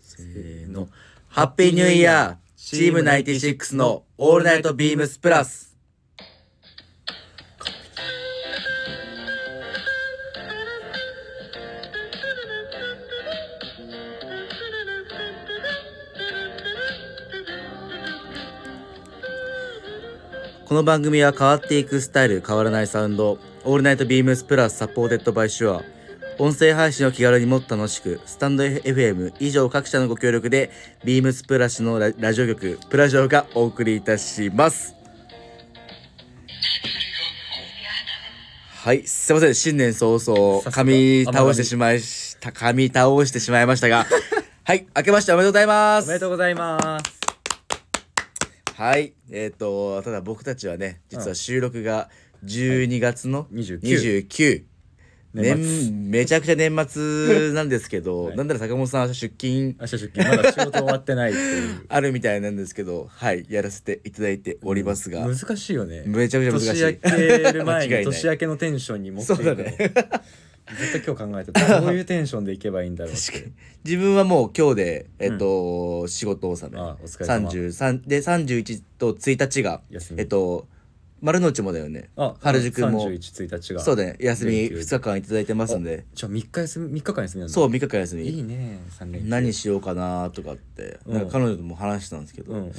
せーの。ハッピーニューイヤーチーム96のオールナイトビームスプラスこの番組は変わっていくスタイル変わらないサウンドオールナイトビームスプラスサポーテッドバイシュア音声配信を気軽にもっと楽しくスタンド FM 以上各社のご協力でビームスプラスのララジオ局プラジオがお送りいたしますはいすいません新年早々さすが髪倒してしまいした髪倒してしまいましたがはい明けましておめでとうございまおめですとうございます。はいえっ、とただ僕たちはね実は収録が12月の29 29年末年めちゃくちゃ年末なんですけど、 はいなんなら坂本さんは出勤明日出勤、まだ仕事終わってないっ ていう。あるみたいなんですけどはいやらせていただいておりますが、難しいよね。めちゃくちゃ難しい年明ける前 間違にいない年明けのテンションに持っていくその。うだねずっと今日考え てた。どういうテンションでいけばいいんだろうって。確かに自分はもう今日で、えっと仕事納めあお疲れ様33で31と1日が休みえっと丸の内もだよねあ、原宿も31、1日が。そうだね休み連休2日間いただいてますんでじゃあ3日休み、三日間休みなんだ。そう3日間休みいいね、三連休。何しようかなとかって、うんなんか彼女とも話してたんですけど、うんうん。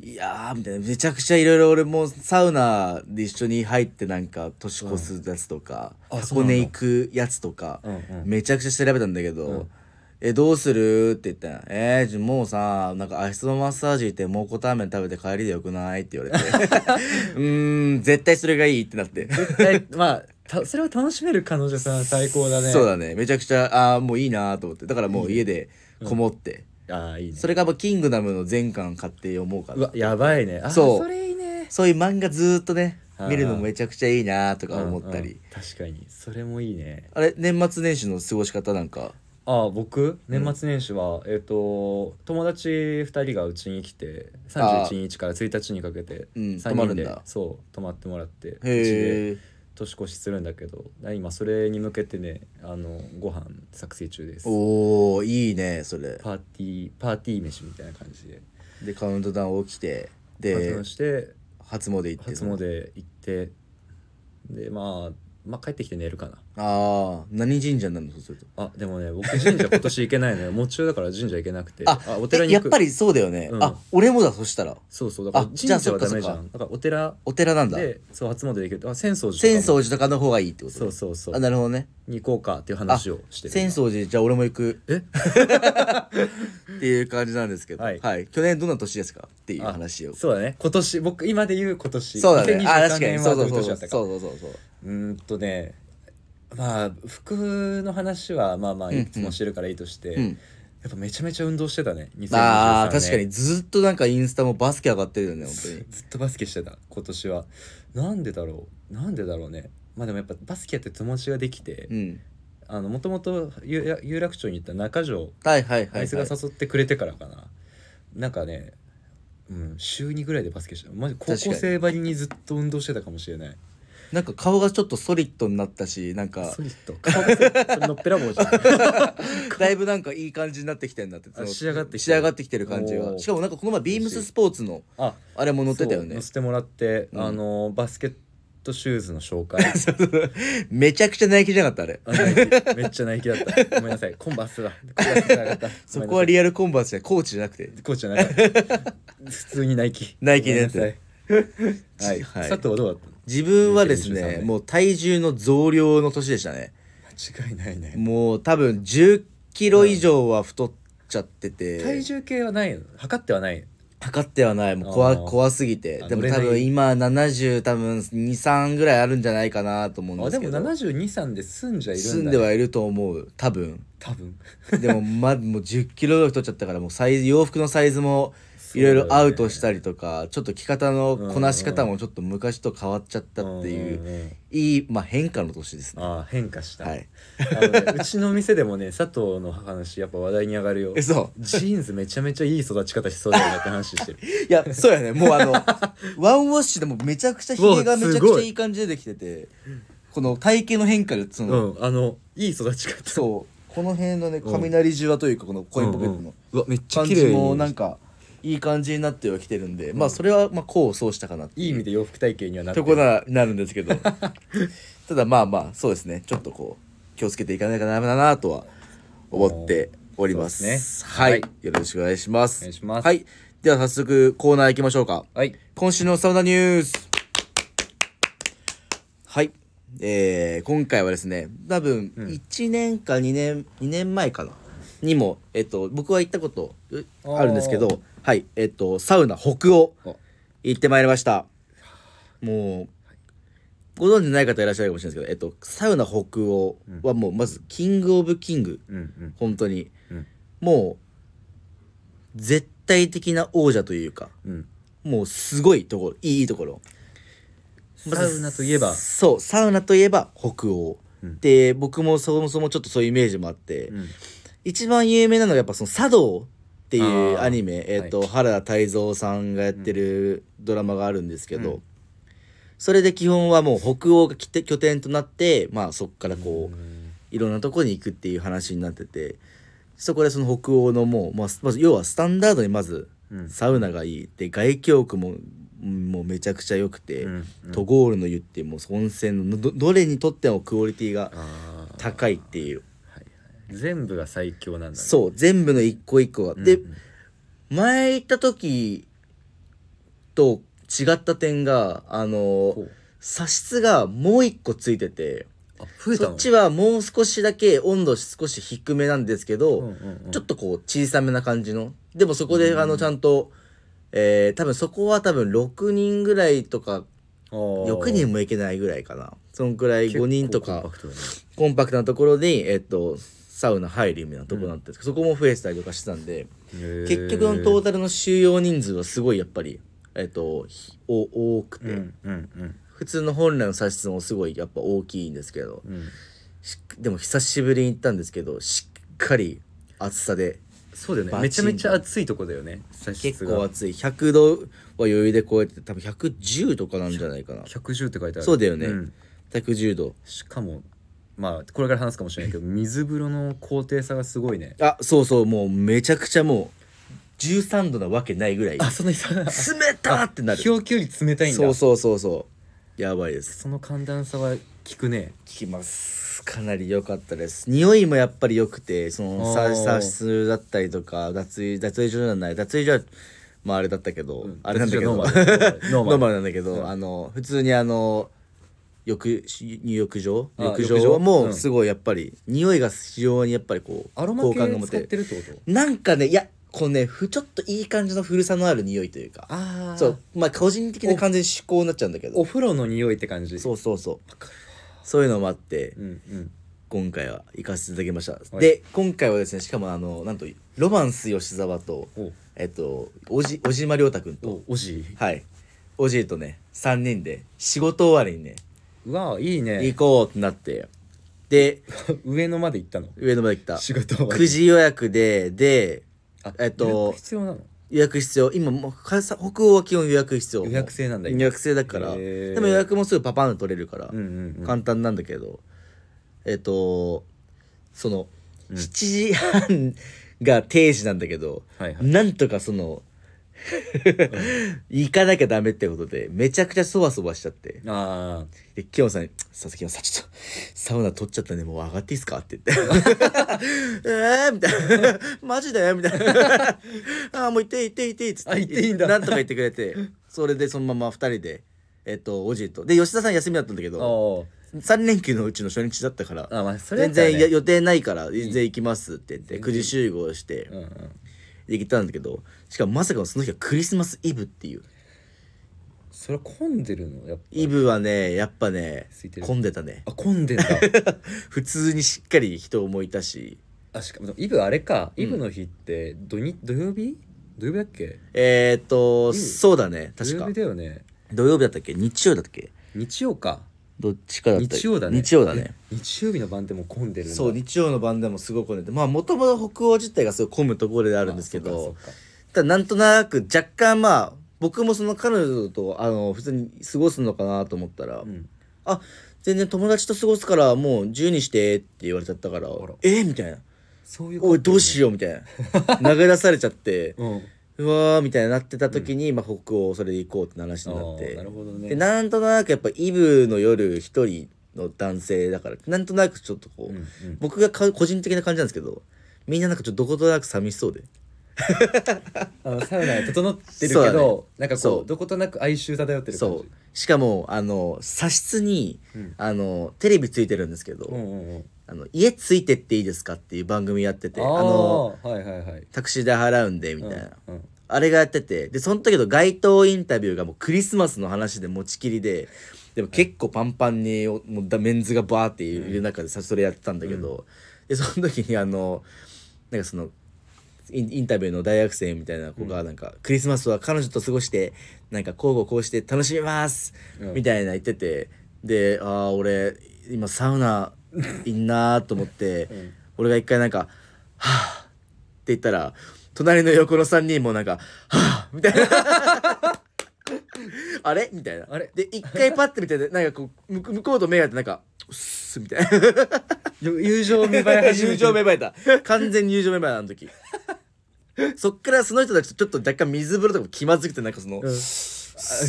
いやーみたいなめちゃくちゃいろいろ俺もサウナで一緒に入ってなんか年越すやつとか、うんあそ箱うなんだ根行くやつとか、うんうんめちゃくちゃ調べたんだけど「うんえどうする?」って言ったら「えーじゃあもうさなんか足つぼマッサージ行って蒙古タンメン食べて帰りでよくない?」って言 われて「うーん絶対それがいい」ってなって。絶対、まあ、たそれを楽しめる彼女さん最高だね。そうだねめちゃくちゃああーもういいなーと思ってだからもう家でこもって、ああ、いいねそ。れがもうキングダムの全巻買って読もうかうなわ、やばいね。あーそうそれいいね。そういう漫画ずーっとねあー見るのめちゃくちゃいいなーとか思ったうんうりん確かにそれもいいねあれ年末年始の過ごし方なんかああ僕年末年始は、えっ、と友達2人がうちに来てああ31日から1日にかけてうん3泊ま人るんで、だそう泊まってもらってうちでへえ年越しするんだけどな今それに向けてねあのご飯作成中ですおおいいねそれパーティーパーティー飯みたいな感じででカウントダウン起きて発で表して初詣行って初詣行ってでまあまあ帰ってきて寝るかなああ何神社なのそうするとあでもね僕神社今年行けないのよもう中だから神社行けなくてあお寺えにや行っくぱりそうだよね、うんあ俺もだそしたらそうそうだからあじゃあ神社はダメじゃそっんだからお寺お寺なんだでそう初詣で行けるとあ浅草寺とかも浅草寺とかの方がいいってことそうねそうそあうなるほどねに行こうかっていう話をしてる浅草寺じゃあ俺も行くえっていう感じなんですけど、は、はいい去年どんな年ですかっていうあ話をそうだね今年僕今で言う今年そうだね。あ、確2023かに。年そはうどそうういうそうそ年う。そだったうかそうそうそう。うーんとねまあ服の話はまあまあいつもしてるからいいとして、うんやっぱめちゃめちゃ運動してたね2023年ああ、確かにずっとなんかインスタもバスケ上がってるよね、本当に。ずっとバスケしてた今年はなんでだろうなんでだろうねまあでもやっぱバスケやって友達ができて、うん。あのもともと有有楽町に行った中条はいはいはい、あはいいつ。が誘ってくれてからかな、なんかね、うん、週2ぐらいでバスケしてたマジ高校確かに生ばりにずっと運動してたかもしれないなんか顔がちょっとソリッドになったし、なんか、ソリッド顔がそれのっぺらぼ うじゃんだいぶなんかいい感じになってきてんだって。その仕上がってきて仕上がってきてる感じおが。ーしかもなんかこの前ビームススポーツの、ああれも載ってたよねそう載。せてもらって、うんあのバスケットシューズの 紹介めちゃくちゃナイキじゃなかった、あれ。あナイキめっちゃナイキだったごめんなさいコンバースだコンバースじゃなかった そこはリアルコンバースじゃ、コーチじゃなくて。こうじゃなかった普通にナイキナイキのやつごめんなさいははいい佐藤はどうだったの自分はです2023ね、年もう体重の増量の年でしたね。間違いないねもう多分10キロ以上は太っちゃってて。体重計はないの測ってはない測ってはないもう怖あー怖すぎてあでも乗れな多い分今70多分23ぐらいあるんじゃないかなと思うんであですけもど723で住んじゃいるんだ、ね、住んではいると思う多分多分でも,、 ま、もう1 0キロぐらい太っちゃったからもうサイズ洋服のサイズもいろいろアウトしたりとか、ちょっと着方のこなし方もちょっと昔と変わっちゃったっていう、んんんいい、まあ、変化の年ですねああ変化した、はいあのねうちの店でもね佐藤の話やっぱ話題に上がるよえそうジーンズめちゃめちゃいい育ち方しそうだよねって 話してるいやそうやねもう あのワンウォッシュでもめちゃくちゃひげがめちゃうわくすちごゃいいい感じでできててこの体型の変化でその、うんあのいい育ち方そうこの辺のねうん雷じわというかこのコインポケットのうわめっちゃ感綺じ麗もになんかいい感じになってはきてるんで、まあそれはまあ功を奏したかなっていい意味で洋服体型にはなってとこななるんですけ どただまあまあそうですねちょっとこう気をつけていかないかなだなとは思っておりますそうですねはい、はいよろしくお願いしますお願いしますはいでは早速コーナー行きましょうかはい今週のサウナニュースはいえー、今回はですね多分うん1年か2年、2年前かなにも、えっと、僕は行ったことうあるんですけあどはいえっとサウナ北欧お行ってまいりましたもうご存知ない方いらっしゃるかもしれないですけど、えっと、サウナ北欧はもうまずキング・オブ・キングうんうん本当に、うんもう絶対的な王者というかうんもうすごいところいいところまサずウナといえばそうサウナといえば北欧、うんで僕もそもそもちょっとそういうイメージもあって、うん一番有名なのがやっぱその「茶道」っていうあーアニメ、えーとはい原田泰造さんがやってるドラマがあるんですけど、うんそれで基本はもう北欧がきて拠点となって、まあ、そこからこう、うんいろんなとこに行くっていう話になっててそこでその北欧のもう、まあ、まず要はスタンダードにまずうんサウナがいいで外気浴もうんもうめちゃくちゃ良くて、うんトゴールの湯っていうもう温泉のどどれにとってもクオリティがあー高いっていう全部が最強なんだねそう全部の一個一個が、うんでうん前行った時と違った点があのほう差し室がもう一個ついててあ増えたそのっちはもう少しだけ温度少し低めなんですけど、うんうんうんちょっとこう小さめな感じのでもそこであのちゃんと、えー多分そこは多分6人ぐらいとかあー6人もいけないぐらいかなそんくらい結構5人とコンかパクトだねコンパクトなところにえっとサウナ入るみたいなところなんですけど、そこも増えてたりとかしてたんで結局のトータルの収容人数はすごいやっぱりえっとひお多くて、うんうんうん普通の本来の差し室もすごいやっぱ大きいんですけどうんしでも久しぶりに行ったんですけどしっかり暑さでそうだよねバめチちゃンめちゃ暑いとこだよね差し結室が構暑い100度は余裕で超えて多分110とかなんじゃないかな110って書いてあるそうだよねん110度しかもまあこれから話すかもしれ ないけど水風呂の高低差がすごいねあそうそうもうめちゃくちゃもう13度なわけないぐらい冷あそんなにさたーってなる表記より冷たいんだそうそうそうそうやばいですその寒暖差は効くね聞きますかなり良かったです匂いもやっぱり良くてそのあサーサ室だったりとか脱衣脱衣所じゃない脱衣所はまああれだったけど、あれなんだけどノーマ ノールノーママルルなんだけど、うんあの普通にあの浴し入浴場あ浴浴場場もうんすごいやっぱり、匂いが非常にやっぱりこうアロマ好感が系持使っててるってことなんかねいやこうねふちょっといい感じの古さのある匂いというかああそうまあ個人的な完全に趣向になっちゃうんだけおど風呂の匂いって感じそううそうそう そういうのもあってうんうん今回は行かせていただきましたはいで今回はですねしかもあのなんとロマンス吉沢とおえっと小じ小島亮太君とおおじいはいおじいとね3人で仕事終わりにねうわあいいね行こうってなってで上野まで行ったの上野まで来た仕事終わり9時予約でであえっと予約必要なの予約必要今もうかさ北欧は基本予約必要予約制なんだ予今約制だからへーでも予約もすぐパパンと取れるから、うんうんうん簡単なんだけどえっとその、うん7時半が定時なんだけど、はいはいなんとかその 行かなきゃダメってことでめちゃくちゃそわそわしちゃってああでキヨさんに「佐々木さんちょっとサウナ取っちゃったんでもう上がっていいっすか?」って言 って「えー?」みたいな「マジで?」みたいな「ああもう行って行って行って」っつってあ行っていいんだなんとか言ってくれてそれでそのまま2人でえっとおじいとで吉田さん休みだったんだけどおー3連休のうちの初日だったからあまあそれだ全ったら然ねや予定ないから全然行きますって言って全9然時集合してうんうん行ったんだけどしかもまさかのその日はクリスマスイブっていうそれ混んでるのやっぱイブはねやっぱね空いてる混んでたねあ混 んでんだ普通にしっかり人もいたしあしかもイブあれかイブの日って土日土曜日土曜日だっけえー、っと、んそうだね土確曜か日だよね土曜日だったっけ日曜だったっけ日曜かどっちかだった日曜だね日曜だねえ日曜日の晩でも混んでるんだそう日曜の晩でもすごく混んでてまあもともと北欧自体がすごい混むところでああるんですけそっどかそっかただなんとなく若干まあ僕もその彼女とあの普通に過ごすのかなと思ったら、うんあ全然友達と過ごすからもう自由にしてって言われちゃったかららえー、みたいなそういうおいどうしよようみたいな投げ出されちゃってう、うん、うわーみたいになってた時に、まあ、北欧それで行こうって話になっあーてなるほどねでなんとなくやっぱイブの夜一人の男性だからなんとなくちょっとこう、うんうん僕がか個人的な感じなんですけどみんななんかちょっとどことなく寂しそうであのサウナが整ってるけそうだねど、なんかそこううどことなく哀愁漂ってる感じそうしかもあの茶室に、うんあのテレビついてるんですけど「うんうんうんあの家ついてっていいですか?」っていう番組やっててああのあはいはいはいタクシー代払うんでみたいな、うんうんあれがやっててでその時の街頭インタビューがもうクリスマスの話で持ちきりででも結構パンパンにおもうだメンズがバーっている中でさそれやってたんだけど、でその時にあのなんかそのインインタビューの大学生みたいな子がなんか、クリスマスは彼女と過ごしてなんか交互こうして楽しみます、うんみたいな言っててでああ俺今サウナいんなーと思 って、ん俺が一回なんか「はあ」って言ったら隣の横の3人もなんか「はあ」みたい な。あれみたいな。あれで一回パッて見てなんかこう向こう向こうと目が合ってなんか「うっす」みたいな。よ友情芽生え始め 友情芽生えた完全に友情芽生えたあの時 そっからその人たちとちょっと若干水風呂とかも気まずくてなんかその、うん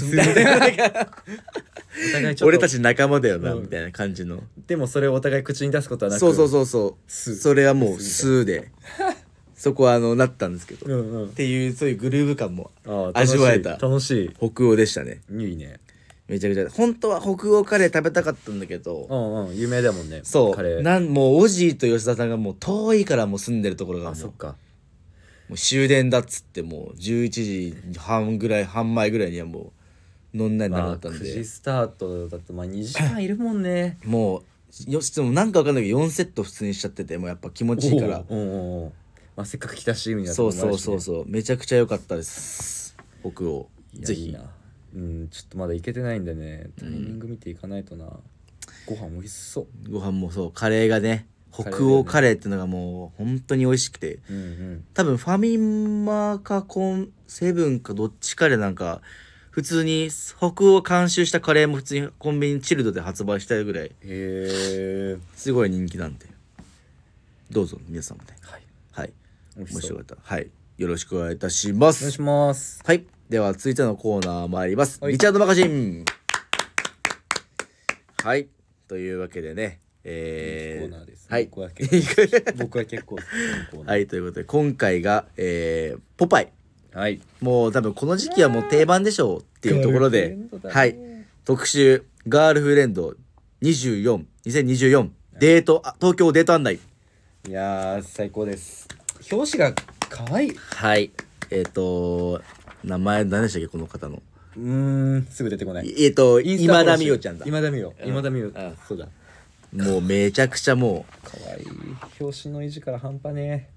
みたいななんかお互いちょっと俺たち仲間だよな、うんみたいな感じのでもそれをお互い口に出すことはなくそうそうそうそうすそれはもう「す」でそこはあのなったんですけど、うっんうんていうそういうグルーヴ感もあー楽しい味わえた楽し北欧でしたねいいいねめちゃくちゃ本当は北欧カレー食べたかったんだけど、うんうん有名だもんねそカレうーなんもうオジーと吉田さんがもう遠いからもう住んでるところがもあうそっかもう終電だっつってもう11時半ぐらい半前ぐらいにはもう飲んだりなまかあったん9で、時スタートだとまあ2時間いるもんねもうよでもなんかわかんないけど4セット普通にしちゃっててもうやっぱ気持ちいいからおうおうおうまあせっかく来たしみたいなとそこうもあそるうしそうそねうめちゃくちゃ良かったです北欧いやぜいいひなうんちょっとまだ行けてないんでねタイミング見ていかないとな、ご飯美味しそご飯もそうカレーがねカレーだ北よね欧カレーっていうのがもう本当に美味しくてううんうん多分ファミマかコンセブンかどっちかでなんか普通に北欧監修したカレーも普通にコンビニチルドで発売したいぐらいへえすごい人気なんでどうぞ皆さんもねはい、美味しもしそうよかったらはいよろしくお願いいたしまお願いすしますはいでは続いてのコーナー参ります、はいリチャードマガジンはいというわけでねえコーナーです、はい僕は結構僕は結構好きなコーナはーいということで今回が、えーポパイはいもう多分この時期はもう定番でしょうっていうところで、はい特集「ガールフレンド242024デートあ東京デート案内いやー最高です表紙が可愛い」はいえっ、と名前何でしたっけこの方のうーんすぐ出てこないえっ、とインスタ今田美報酬桜ちゃんだ今田美桜今田美うん桜そうだもうめちゃくちゃもう可愛い表紙の維持から半端ね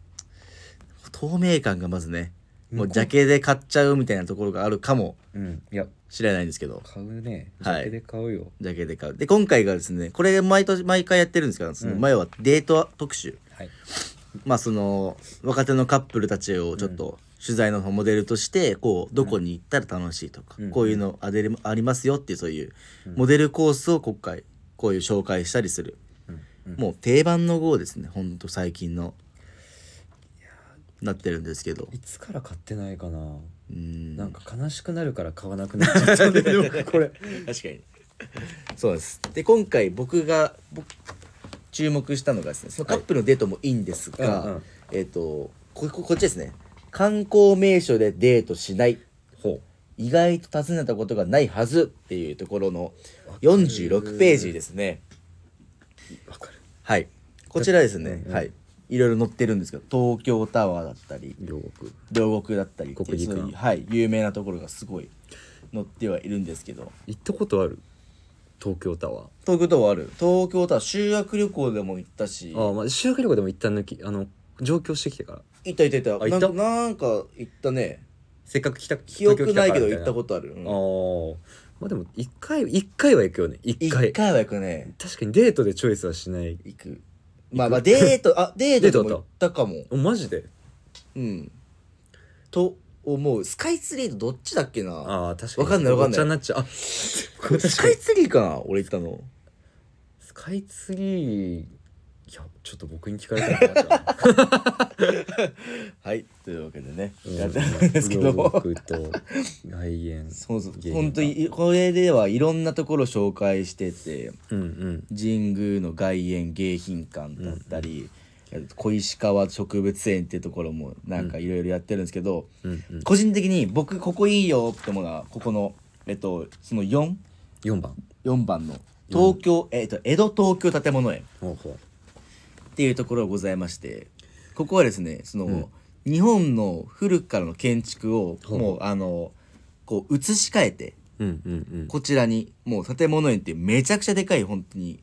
透明感がまずねもううんジャケで買っちゃうみたいなところがあるかもうんいやしれないんですけど買うねジはいャケで買うよジャケで買うで今回がですねこれ毎年毎回やってるんですけどその前はデート特集、はいまあその若手のカップルたちをちょっと取材のモデルとしてこうどこに行ったら楽しいとか、うんこういうのあでありますよっていうそういうモデルコースを今回こういう紹介したりする、うんもう定番の号ですねほんと最近のなってるんですけどいつから買ってないかなうんなんか悲しくなるから買わなくなっちゃったんだよこれ 確かにそうですで今回僕が僕注目したのがですねそのカップルのデートもいいんですが、うんうんえっ、とこここっちですね観光名所でデートしないほ意外と訪ねたことがないはずっていうところの46ページですねうわかるはいこちらですね、うんうんはいいろいろ載ってるんですけど東京タワーだったり両国両国だったりっていう国技館そういうはい、有名なところがすごい載ってはいるんですけど行ったことある東京タワー東京タワーある東京タワー修学旅行でも行ったしああまあ修学旅行でも一旦抜きあの上京してきてから行った行った行ったあ行なっんたかなんか行ったねせっかく来た記憶ないけど行ったこととある、うんああーまあでも一回一回は行くよね一一回回は行くね確かにデートでチョイスはしない行くまあまあデートあデートでも行ったかもおマジでうんと思うスカイツリーとどっちだっけなああ確かにわかんないわかんないお茶になっちゃうあこれ確スかカにイツリーかな俺行ったのスカイツリーいやちょっと僕に聞かれたら困っはいと いうわけでね、ちゃうやってるんですけどうんも僕と外縁そうそうゲーム本当にこれではいろんなところ紹介しててうんうん神宮の外苑迎賓館だったり、小石川植物園っていうところもなんかいろいろやってるんですけど、うんうん個人的に僕ここいいよってものはここのえっとその44 4番番の東京、えっと江戸東京建物園ほうほっていうところがございましてここはですねその、日本の古くからの建築をほうもうあのこう移し替えてううんうんうんこちらにもう建物園っていうめちゃくちゃでかい本当に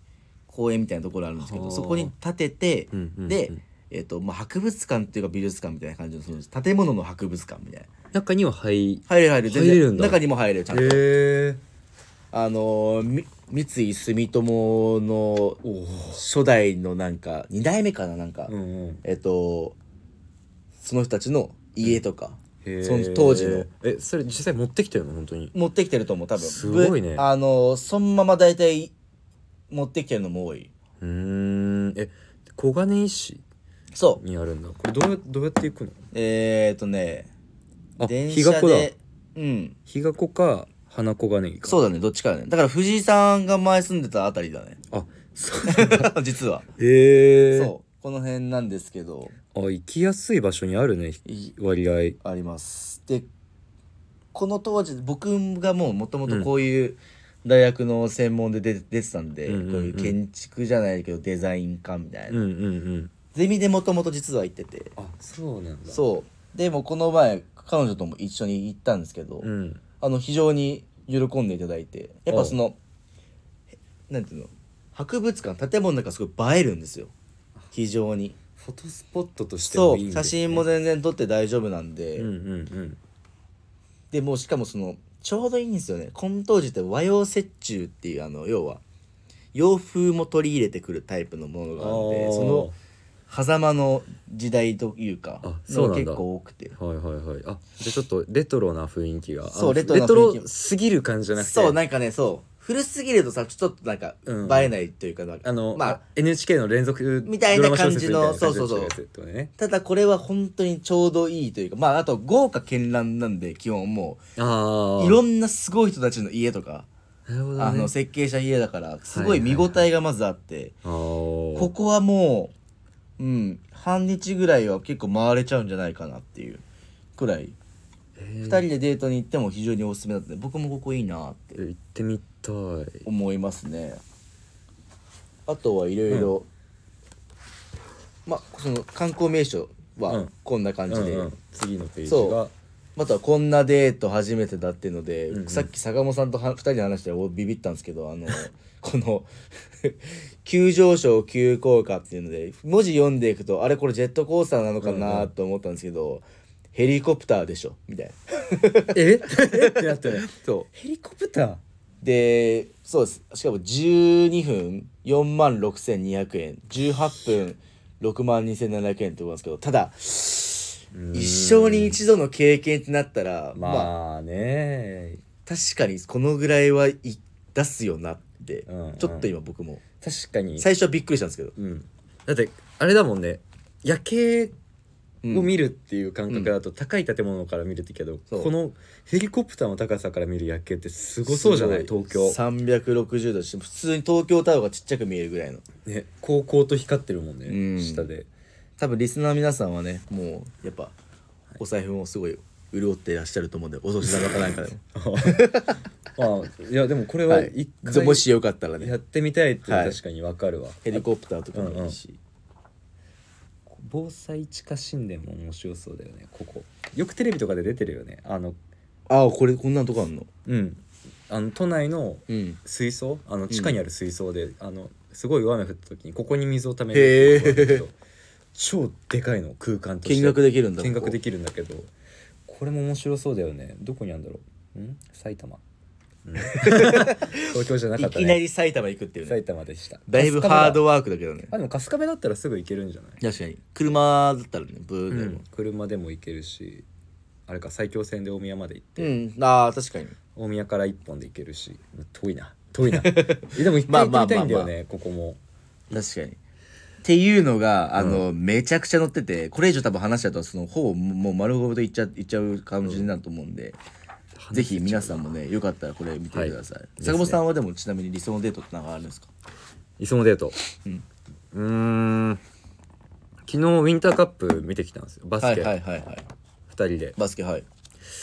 公園みたいなところあるんですけはどあそこに建てて、うんうんうんで、えっとまあ、博物館っていうか美術館みたいな感じのその建物の博物館みたいな中には入入れる入れる全入れるん然だ中にも入れるちゃんと、えあのーみ三井住友の初代のなんか2代目かななんか、うんうんえっとその人たちの家とか、へーその当時のえそれ実際持ってきたよね本当に持ってきてると思う多分すごいねぶあのーそのまま大体持ってきてるのも多いうーんえ小金井市そうにあるんだこれどうやどうやって行くのえー、っとねあ電日が車子だでうん日が子か花小金井かそううだねどっちかだねだから藤井さんが前住んでたあたりだねあそう 実は、ええそうこの辺なんですけどあ行きやすい場所にあるねい割合ありますでこの当時僕がもうもともとこういう大学の専門で出出てたんで、うんうんうんこういう建築じゃないけどデザイン科みたいな、うんうんうんゼミでもともと実は行っててあそうなんだそうでもこの前彼女とも一緒に行ったんですけど、うんあの非常に喜んでいただいてやっぱそのなんていうの博物館建物なんかすごい映えるんですよ非常にフォトスポットとしてそもいいんうです写真も全然撮って大丈夫なんで、うんうんでもうしかもそのちょうどいいんですよねこの当時って和洋折衷っていうあの要は洋風も取り入れてくるタイプのものうんがあってその狭間の時代というかあそうなんだ結構多くてはいはいはいあじゃあちょっとレトロな雰囲気がそうあレトロな雰囲気レトロすぎる感じじゃなくてそうなんかねそう古すぎるとさちょっとなんかうん映えないというかなんかあの、まあ NHK の連続みたいな感じのドラマ小説みたいなそ感じのうそうそうやつってことねただこれは本当にちょうどいいというかまああと豪華絢爛なんで基本もあうあいろんなすごい人たちの家とか、なるほど、ね、あの設計者家だからすごい見応えがまずあって、あーここはもううん半日ぐらいは結構回れちゃうんじゃないかなっていうくらいえ2ー人でデートに行っても非常におすすめだったんで僕もここいいなって行ってみたい思いますねあとはいろいろまあその観光名所うはんこんな感じで、うんうん次のページそがうまたこんなデート初めてだっていうので、うんうんさっき坂本さんとは2人で話しておビビったんですけどあの この急上昇急降下っていうので文字読んでいくとあれこれジェットコースターなのかうんうなんと思ったんですけど、ヘリコプターでしょみたいな。え ってなったねそヘリコプターうでそうですしかも12分4万6200円18分6万2700円ってことなんですけどただ一生に一度の経験ってなったらまあね確かにこのぐらいはい出すよなって、うんうんちょっと今僕も確かに最初はびっくりしたんですけど、うんだってあれだもんね夜景うんを見るっていう感覚だと高い建物から見るってけど、そうこのヘリコプターの高さから見る夜景ってすごそうじゃないすご東京、 360度して普通に東京タワーがちっちゃく見えるぐらいのね、高校と光ってるもんね、うん下で多分リスナーの皆さんはねもうやっぱお財布もすごい潤っていらっしゃると思うんでお年玉かなんかでもあいやでもこれはは一い回もしよかったらやねってみたいっていうのははい確かにわかるわ、ヘリコプターとかもいいし、防災地下神殿も面白そうだよねここよくテレビとかで出てるよねあのああこれこんなとこあんのうんあの都内のうん水槽あの地下にある水槽で、あのすごい大雨降った時にここに水をためへーるところなんだけど超でかいの空間として見学できるんだ見学でききるんだけどこれも面白そうだよねどこにあるんだろうん埼玉、 うん東京じゃなかいったきなねり埼玉行くっていうね埼玉でしただいぶ春日部ハードワークだけどねあでも春日部だったらすぐ行けるんじゃない確かに車だったらねブーでも、車でも行けるしあれか埼京線で大宮まで行って、うん、ああ確かに大宮から一本で行けるし 遠いな遠いなえでも一回行ってみたいんだよね、ここも確かにっていうのがあの、めちゃくちゃ載っててこれ以上多分話しちゃうとそのほぼもう丸ごといっちゃいっちゃう感じになると思うんで、ぜひ皆さんもねよかったらこれ見てください、はい坂本さんはでもちなみに理想のデートって何かあるんですかいつもデートうんうーん昨日ウィンターカップ見てきたんですよバスケ、はいはいはいはい2人でバスケはい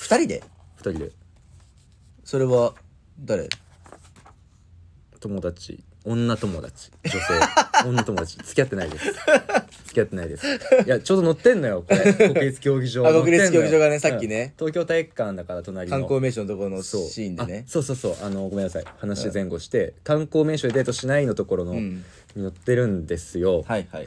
二人で2人でそれは誰友達女友達 女性女友達付き合ってないです付き合ってないですいやちょうど乗ってんのよこれ国立競技場あ国立乗ってんの競よ技場がねさっきねうん東京体育館だから隣の観光名所のところのシそうーンでねあそうそうそうあのごめんなさい話前後して、観光名所でデートしないのところの、うんに乗ってるんですよ、はいはい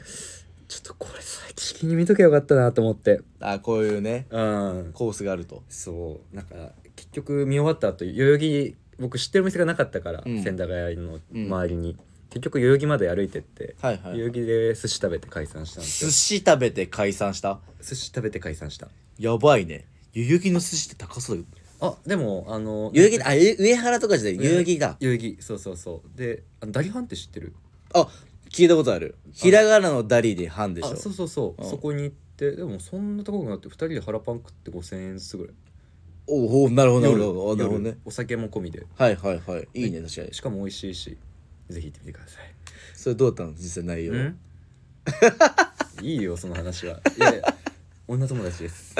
ちょっとこれ最近に見とけばよかったなと思ってあこういうねうんコースがあるとそうなんか結局見終わった後代々木僕知ってるお店がなかったから、うん千駄ヶ谷のうん周りに、結局代々木まで歩いてって、はいはい代々木で寿司食べて解散したんです寿よ司食べて解散した寿司食べて解散したやばいね代々木の寿司って高そうだけどあでもあの代々木あえ上原とかじゃない上代々木が代々木そうそうそうであのダリハンって知ってるあ聞いたことあるひらがなのダリでハンでしあそうょそうそう、うんそこに行ってでもそんな高くなって2人で腹パン食って5000円ずつぐらいおおなるほどなるほ夜どあなるほどね夜お酒も込みではいはいはいいいね確かにしかも美味しいしぜひ行ってみてくださいそれどうだったの実際内容 んいいよその話はいやいや女友達です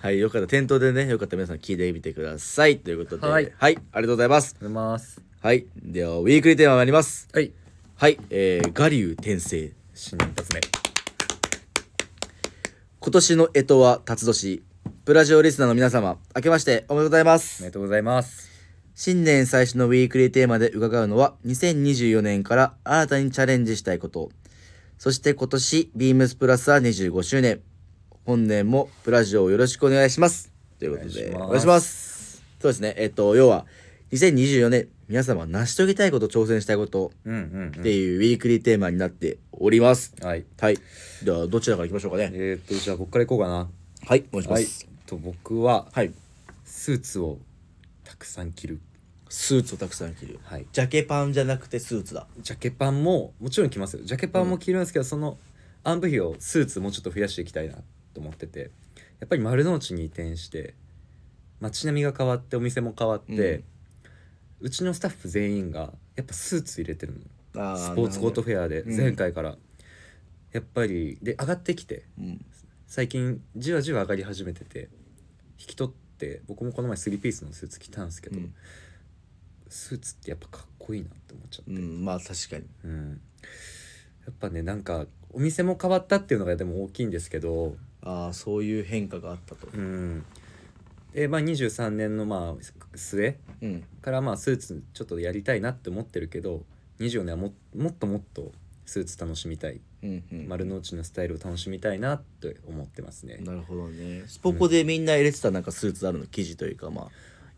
はいよかった店頭でねよかったら皆さん聞いてみてくださいということでははいいありがとうございますおはようございますはいではウィークリーテーマ参りますはいはいえー「我流転生」新年一発目今年の干支は辰年プラジオリスナーの皆様明けましておめでとうございまおすめでとうございます新年最初のウィークリーテーマで伺うのは2024年から新たにチャレンジしたいことそして今年ビームスプラスは25周年本年もプラジオをよろしくお願いしますということでお願いしますお願いしますそうですねえっと要は2024年皆様成し遂げたいこと挑戦したいことうんうん、っていうウィークリーテーマになっております、うん、はいはいではどちらからいきましょうかねえー、っとじゃあ僕から行こうかなはいお願いしまはいすと僕ははい、スーツをたくさん着るスーツをたくさん着るはいジャケパンじゃなくてスーツだジャケパンももちろん着ますよジャケパンも着るんですけど、その暗部費をスーツもうちょっと増やしていきたいなと思っててやっぱり丸の内に移転して街並みが変わってお店も変わって、うんうちのスタッフ全員がやっぱスーツ入れてるのあスポーツコートフェアでうん前回から、やっぱりで上がってきてうん最近じわじわ上がり始めてて引き取って僕もこの前スリーピースのスーツ着たんですけど、うんスーツってやっぱかっこいいなって思っちゃって。うんまあ確かにうん、やっぱねなんかお店も変わったっていうのがでも大きいんですけど、ああそういう変化があったとうんでまあ、23年のまあ末うんからまあスーツちょっとやりたいなって思ってるけど24年はももっともっとスーツ楽しみたい、うんうん丸の内のスタイルを楽しみたいなって思ってますね。なるほどねスポコでみんな入れてたなんかスーツあるの生地というかまああ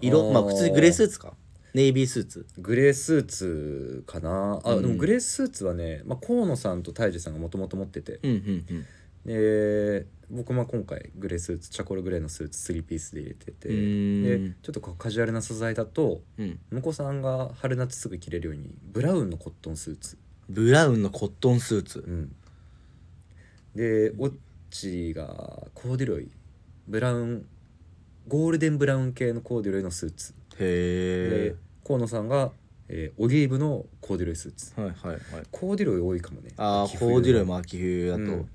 色ーまあ普通にグレースーツかネイビースーツグレースーツかなあ、うんでもグレースーツはね、まあ、河野さんと泰治さんがもともと持ってて、うんうんで僕も今回グレースーツチャコールグレーのスーツ3ピースで入れててうーんでちょっとこうカジュアルな素材だとうんうん向こうさんが春夏すぐ着れるようにブラウンのコットンスーツ、ブラウンのコットンスーツうん、でオッチがコーデュロイブラウンゴールデンブラウン系のコーデュロイのスーツへで河野さんが、えーオリーブのコーデュロイスーツえはいはいはいコーデュロイ多いかもねああ秋冬コのーデュロイも秋冬だと、うん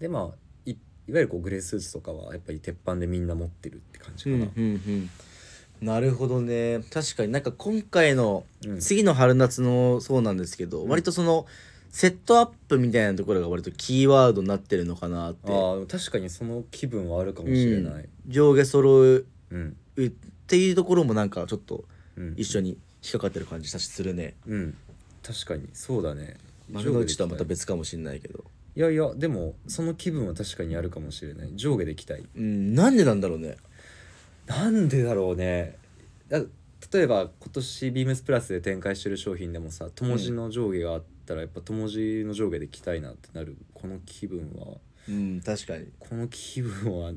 でまあいいわゆるこうグレースーツとかはやっぱり鉄板でみんな持ってるって感じかな、うんうんうん、なるほどね確かになんか今回のうん次の春夏のそうなんですけど、割とそのセットアップみたいなところが割とキーワードになってるのかなって、ああ確かにその気分はあるかもしれない、上下揃ううんっていうところもなんかちょっとうん一緒に引っかかってる感じさしするねうん確かにそうだね丸の内とはまた上下で行き別かもしれないけど、たいいやいやでもその気分は確かにあるかもしれない上下で行きたいうん、なんでなんだろうねなんでだろうねだ例えば今年ビームスプラスで展開してる商品でもさ友字の上下があったらやっぱ友字の上下で着たいなってなるこの気分はうん確かにこの気分は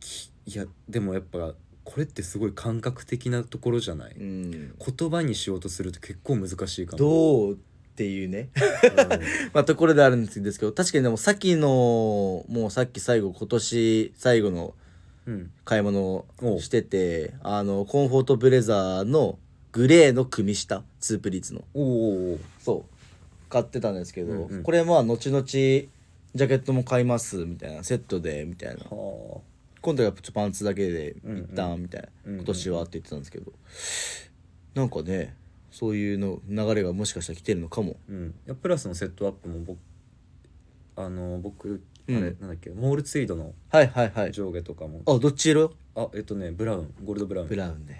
きいやでもやっぱこれってすごい感覚的なところじゃない、うん言葉にしようとすると結構難しいかもどうっていうね、まあところであるんですけど確かにでもさっきのもうさっき最後今年最後のうん買い物をおうしててあのコンフォートブレザーのグレーの組下ツープリーツのおうおうおうそう買ってたんですけど、うんうんこれまあ後々ジャケットも買いますみたいなセットでみたいなは今度はちょっとパンツだけでうんうん一旦みたいな、うんうん今年はって言ってたんですけどなんかねそういうの流れがもしかしたら来てるのかもあうんいやプラスのセットアップも僕あの僕あうんれ、なんだっけモールツイードのはいはいはい上下とかもあどっち色あえっとねブラウンゴールドブラウンブラウンで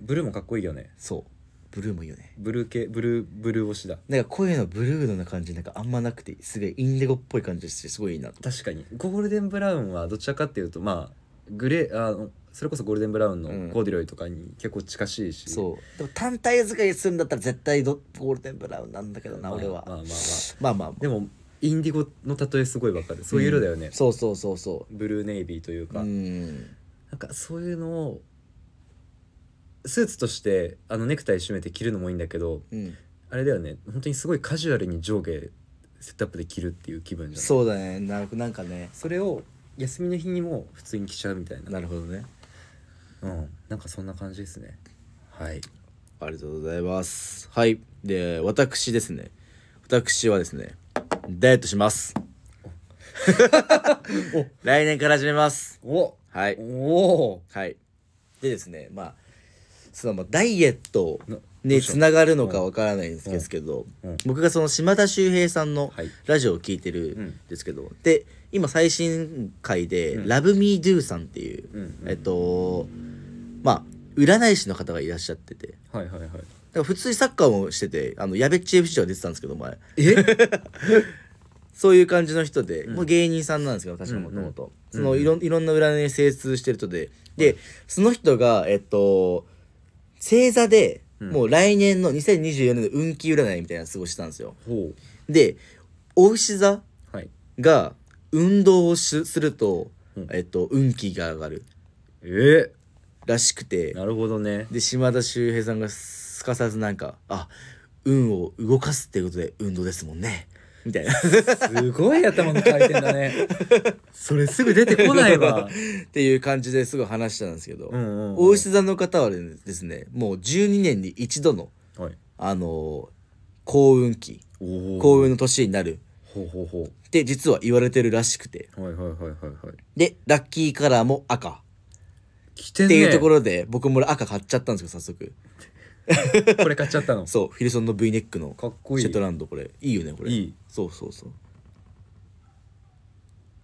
ブルーもかっこいいよねそうブルーもいいよねブルー系ブルーブルー推しだなんかこういうのブルーの感じなんかあんまなくてすごいインディゴっぽい感じしてすごいいいなと確かにゴールデンブラウンはどちらかっていうとまあグレーあのそれこそゴールデンブラウンうんのコーディロイとかに結構近しいし、そうでも単体使いするんだったら絶対どゴールデンブラウンなんだけどなまあ俺はまあまあまあまあまあまあでもインディゴの例えすごいわかるそういう色だよね、そうそうそうそブルーネイビーといううか、うんなんかそういうのをスーツとしてあのネクタイ締めて着るのもいいんだけどうんあれだよね本当にすごいカジュアルに上下セットアップで着るっていう気分じゃないそうだねななんかねそれを休みの日にも普通に着ちゃうみたいななるほどねうん、なんかそんな感じですねはいありがとうございます。はい。で、私ですね。私はですね、ダイエットします。 来年から始めます。おはい。おおはい。でですね、まあ、そのまあダイエットなどうにしたつながるのかわからないんですけど、うんうん僕がその島田秀平さんのはいラジオを聞いてるんですけど、で、今最新回で、うんラブミードゥさんっていう、うんうんえっと、まあ、占い師の方がいらっしゃってて、はいはいはいだから普通にサッカーもしててあのやべっち FC は出てたんですけど前え そういう感じの人で、うんもう芸人さんなんですけど確かもともとうんそのいろんいろんな占いに精通してる人ででその人がえっと星座でうんもう来年の2024年の運気占いみたいなの過ごしてたんですよほでお牛座うはいが運動をしすると、うんえっと、運気が上がるえー、らしくてなるほどねで島田秀平さんがすかさずなんか「あ運を動かすっていうことで運動ですもんね」みたいなっすごい頭の回転だね それすぐ出てこな い わていう感じですごい話したんですけど、うんうん、うん、大石座の方はですねもう12年に一度の、はいあのー幸運期おお幸運の年になるほうほうほって実は言われてるらしくてうはいはいはいはいはいでラッキーカラーも赤着てっんてねいうところで、僕も赤買っちゃったんですけど早速これ買っちゃ ったのそうフィルソンの V ネックのかっこいいシェットランドこれいいよねこれいいそうそうそう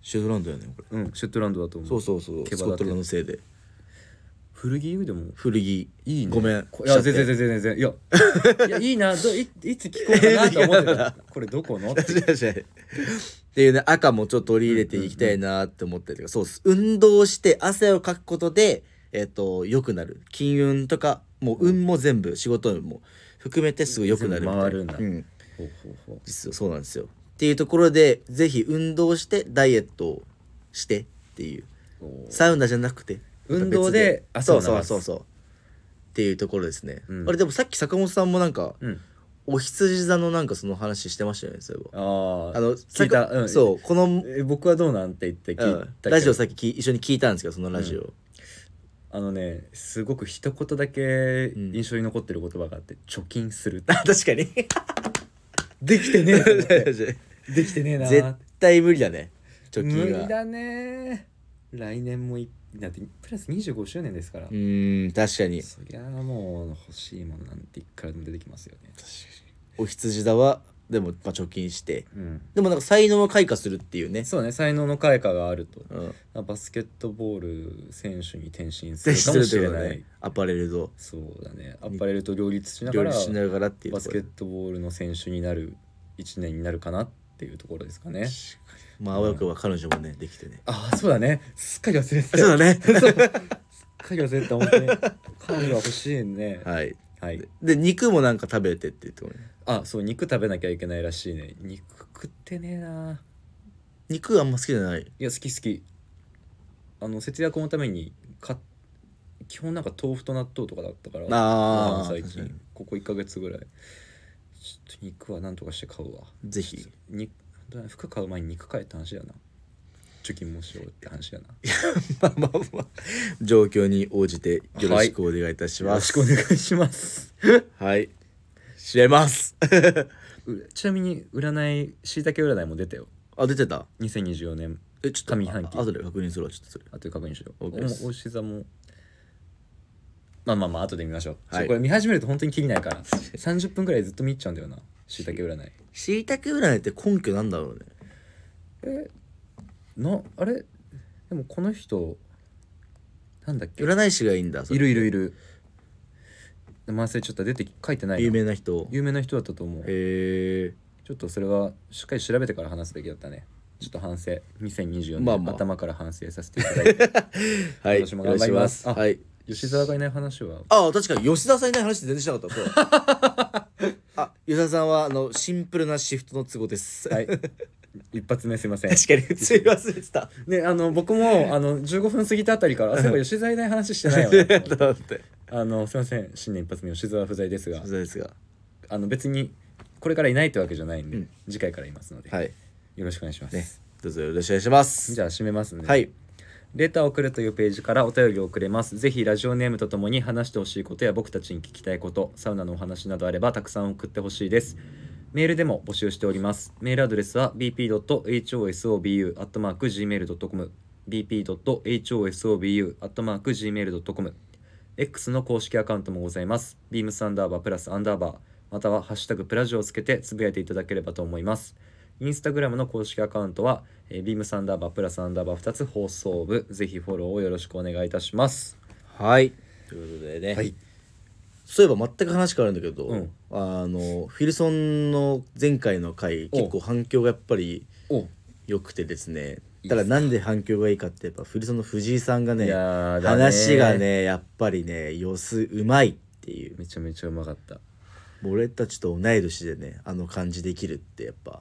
シェットランドやねこれうんシェットランドだと思うそうそうそう毛ス羽立コッってトランドのせいで古着でも古着いいねごめんこいやしちゃ全っ然て全然全然いや いやいいなどいいつ聞こうかなと 思ってたこれどこのって違う違う っていうね赤もちょっと取り入れていきたいなって思ったりとか、そうです運動して汗をかくことでえっ、と良くなる金運とかもう運も全部、仕事運も含めてすごい良くなるみたいな回るんだうん、ほうほうほう実はそうなんですよっていうところでぜひ運動してダイエットをしてっていうサウナじゃなくて運動でまた別そうそ汗を流うすそうそうっていうところですね、うんあれでもさっき坂本さんもなんか、うんお羊座のなんかその話してましたよねそういえばあああの聞いた、坂うん、そうこの、え僕はどうなんて言って聞いたうんけどラジオさっきき一緒に聞いたんですけどそのラジオ、あのねすごく一言だけん印象に残ってる言葉があって「貯金する」あ 確かに できてねえと思って絶 できてねえな対無理だね貯無金理はだね来年もいだってプラス25周年ですから、うーん確かにそりゃもう欲しいものなんていくらでも出てきますよねお羊座はでも、まあ、貯金してうんでもなんか才能を開花するっていうねそうね才能の開花があるとうんバスケットボール選手に転身すぜるひすかもるしといれうことなでい、ねアパレルとそうだねアパレルと両立しなが両ら立しながらっていうバとスこケろットボールの選手になる1年になるかなっていうところですかねまああわよくば彼女もねできてねああそうだねすっかり忘れてたそうだねすっかり忘れてた本当に 彼女は欲しいねはいはいで肉もなんか食べてって言ってもねあそう肉食べなきゃいけないらしいね肉食ってねえな肉あんま好きじゃないいや好き好きあの節約のためにか基本なんか豆腐と納豆とかだったからあーご飯最確かに近ここ1か月ぐらいちょっと肉はなんとかして買うわぜひに本当だね服買う前に肉買えって話やな貯金もしようって話やなまあまあまあ状況に応じてよろしくお願いいたしよろましすくお願いしますはい知れますうちなみに占いしいたけ占いも出たよあ出てた2024年えちょっと上半期あ後で確認するわちょっとそれあとで確認しよう OK ですおおし座もまあまあまあ後で見ましょう、はいそうこれ見始めると本当にきりない から30分ぐらいずっと見ちゃうんだよなしいたけ占いしいたけ占いって根拠なんだろうねえなあれでもこの人なんだっけ占い師がいいんだそれいるいるいる名前忘れちゃった出てき書いてないな有名な人有名な人だったと思うへえちょっとそれはしっかり調べてから話すべきだったねちょっと反省2024年、まあまあ頭から反省させていただい てはい私も頑張りますお願いしはい吉沢がいない話はああ確かに吉田さんいない話全然しなかったそうだ あ吉田さんはあのシンプルなシフトの都合です、はい 一発目すいません 確かについ忘れてたねあの僕もあの15分過ぎたあたりからあそういえば吉沢いない話し てないよねだってあのすいません新年一発目吉沢不在ですがそうですがあの別にこれからいないってわけじゃないんで、うん次回からいますので、はいよろしくお願いします、ねどうぞよろしくお願いしますじゃあ締めますねはいレターを送るというページからお便りを送れます。ぜひラジオネームとともに話してほしいことや僕たちに聞きたいこと、サウナのお話などあればたくさん送ってほしいです。メールでも募集しております。メールアドレスは bp.hosobu.gmail.com bp.hosobu.gmail.com X の公式アカウントもございます。ビームスアンダーバープラスアンダーバーまたはハッシュタグプラジオをつけてつぶやいていただければと思います。インスタグラムの公式アカウントは、えー、ビームサンダーバープラスアンダーバー2つ放送部ぜひフォローをよろしくお願いいたしますはいということでね、はいそういえば全く話変わるんだけど、うんあのフィルソンの前回の回結構反響がやっぱりお良くてですねただなんで反響がいいかってやっぱフィルソンの藤井さんがねいやーだね話がねやっぱりねよすうまいっていうめちゃめちゃうまかったもう俺たちと同い年でねあの感じできるってやっぱ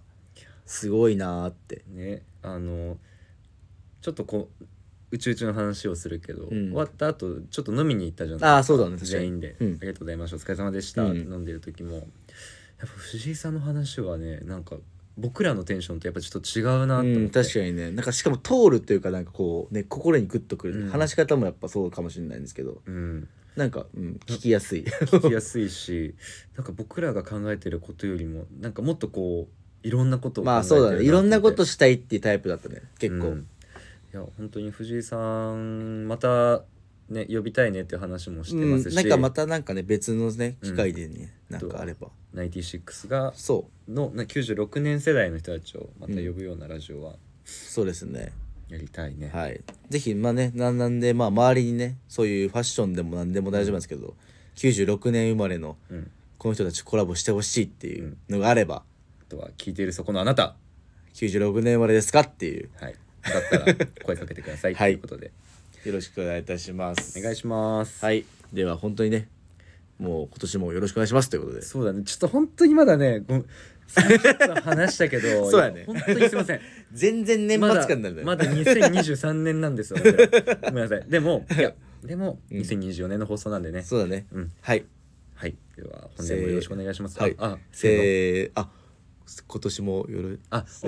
すごいなーってねあのちょっとこううちうちの話をするけんど、終わった後ちょっと飲みに行ったじゃないああそうだね確かに全員で、うんありがとうございましたお疲れ様でした、うん飲んでる時もやっぱ藤井さんの話はねなんか僕らのテンションとやっぱちょっと違うなと思って、うん、確かにねなんかしかも通るというかなんかこうね心にグッとくる、うん話し方もやっぱそうかもしれないんですけどうんなんか、うん、聞きやすい聞きやすいしなんか僕らが考えてることよりもなんかもっとこういろんなことを考えてるまあそうだねいろんなことてしたいっていうタイプだったね結構、うんいや本当に藤井さんまたね呼びたいねっていう話もしてますし、なんかまたなんかね別のね機会でね、なんかあれば96がそのな96年世代の人たちをまた呼ぶようなラジオはうそうですねやりたいね、はいぜひまあねなんなんでまあ周りにねそういうファッションでもなんでも大丈夫なんですけど、96年生まれのうん、この人たちコラボしてほしいっていうのがあれば、あとは聞いているそこのあなた、 96年生まれですかっていうはい、だったら声かけてくださいとはいいうことで、よろしくお願いいたしますお願いします、はい、では本当にね、もう今年もよろしくお願いしますということで。そうだねちょっと本当にまだねごめんちょっと話したけ どそうやね本当にすいません全然年ま末だ感なんだよ。まだ2023年なんですよ僕らごめんなさい でもいやでもうん2024年の放送なんでね、そうだね。うんはい。はいでは本年もよろしくお願いしますはい。ああせーのせーあ、今年もよろ、あせ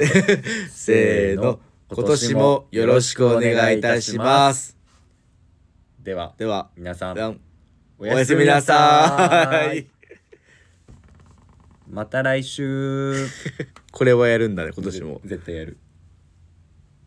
ーの。今年もよろしくお願いいたします。ではでは、皆さんおやすみなさーい。また来週 これはやるんだね、今年も。絶対やる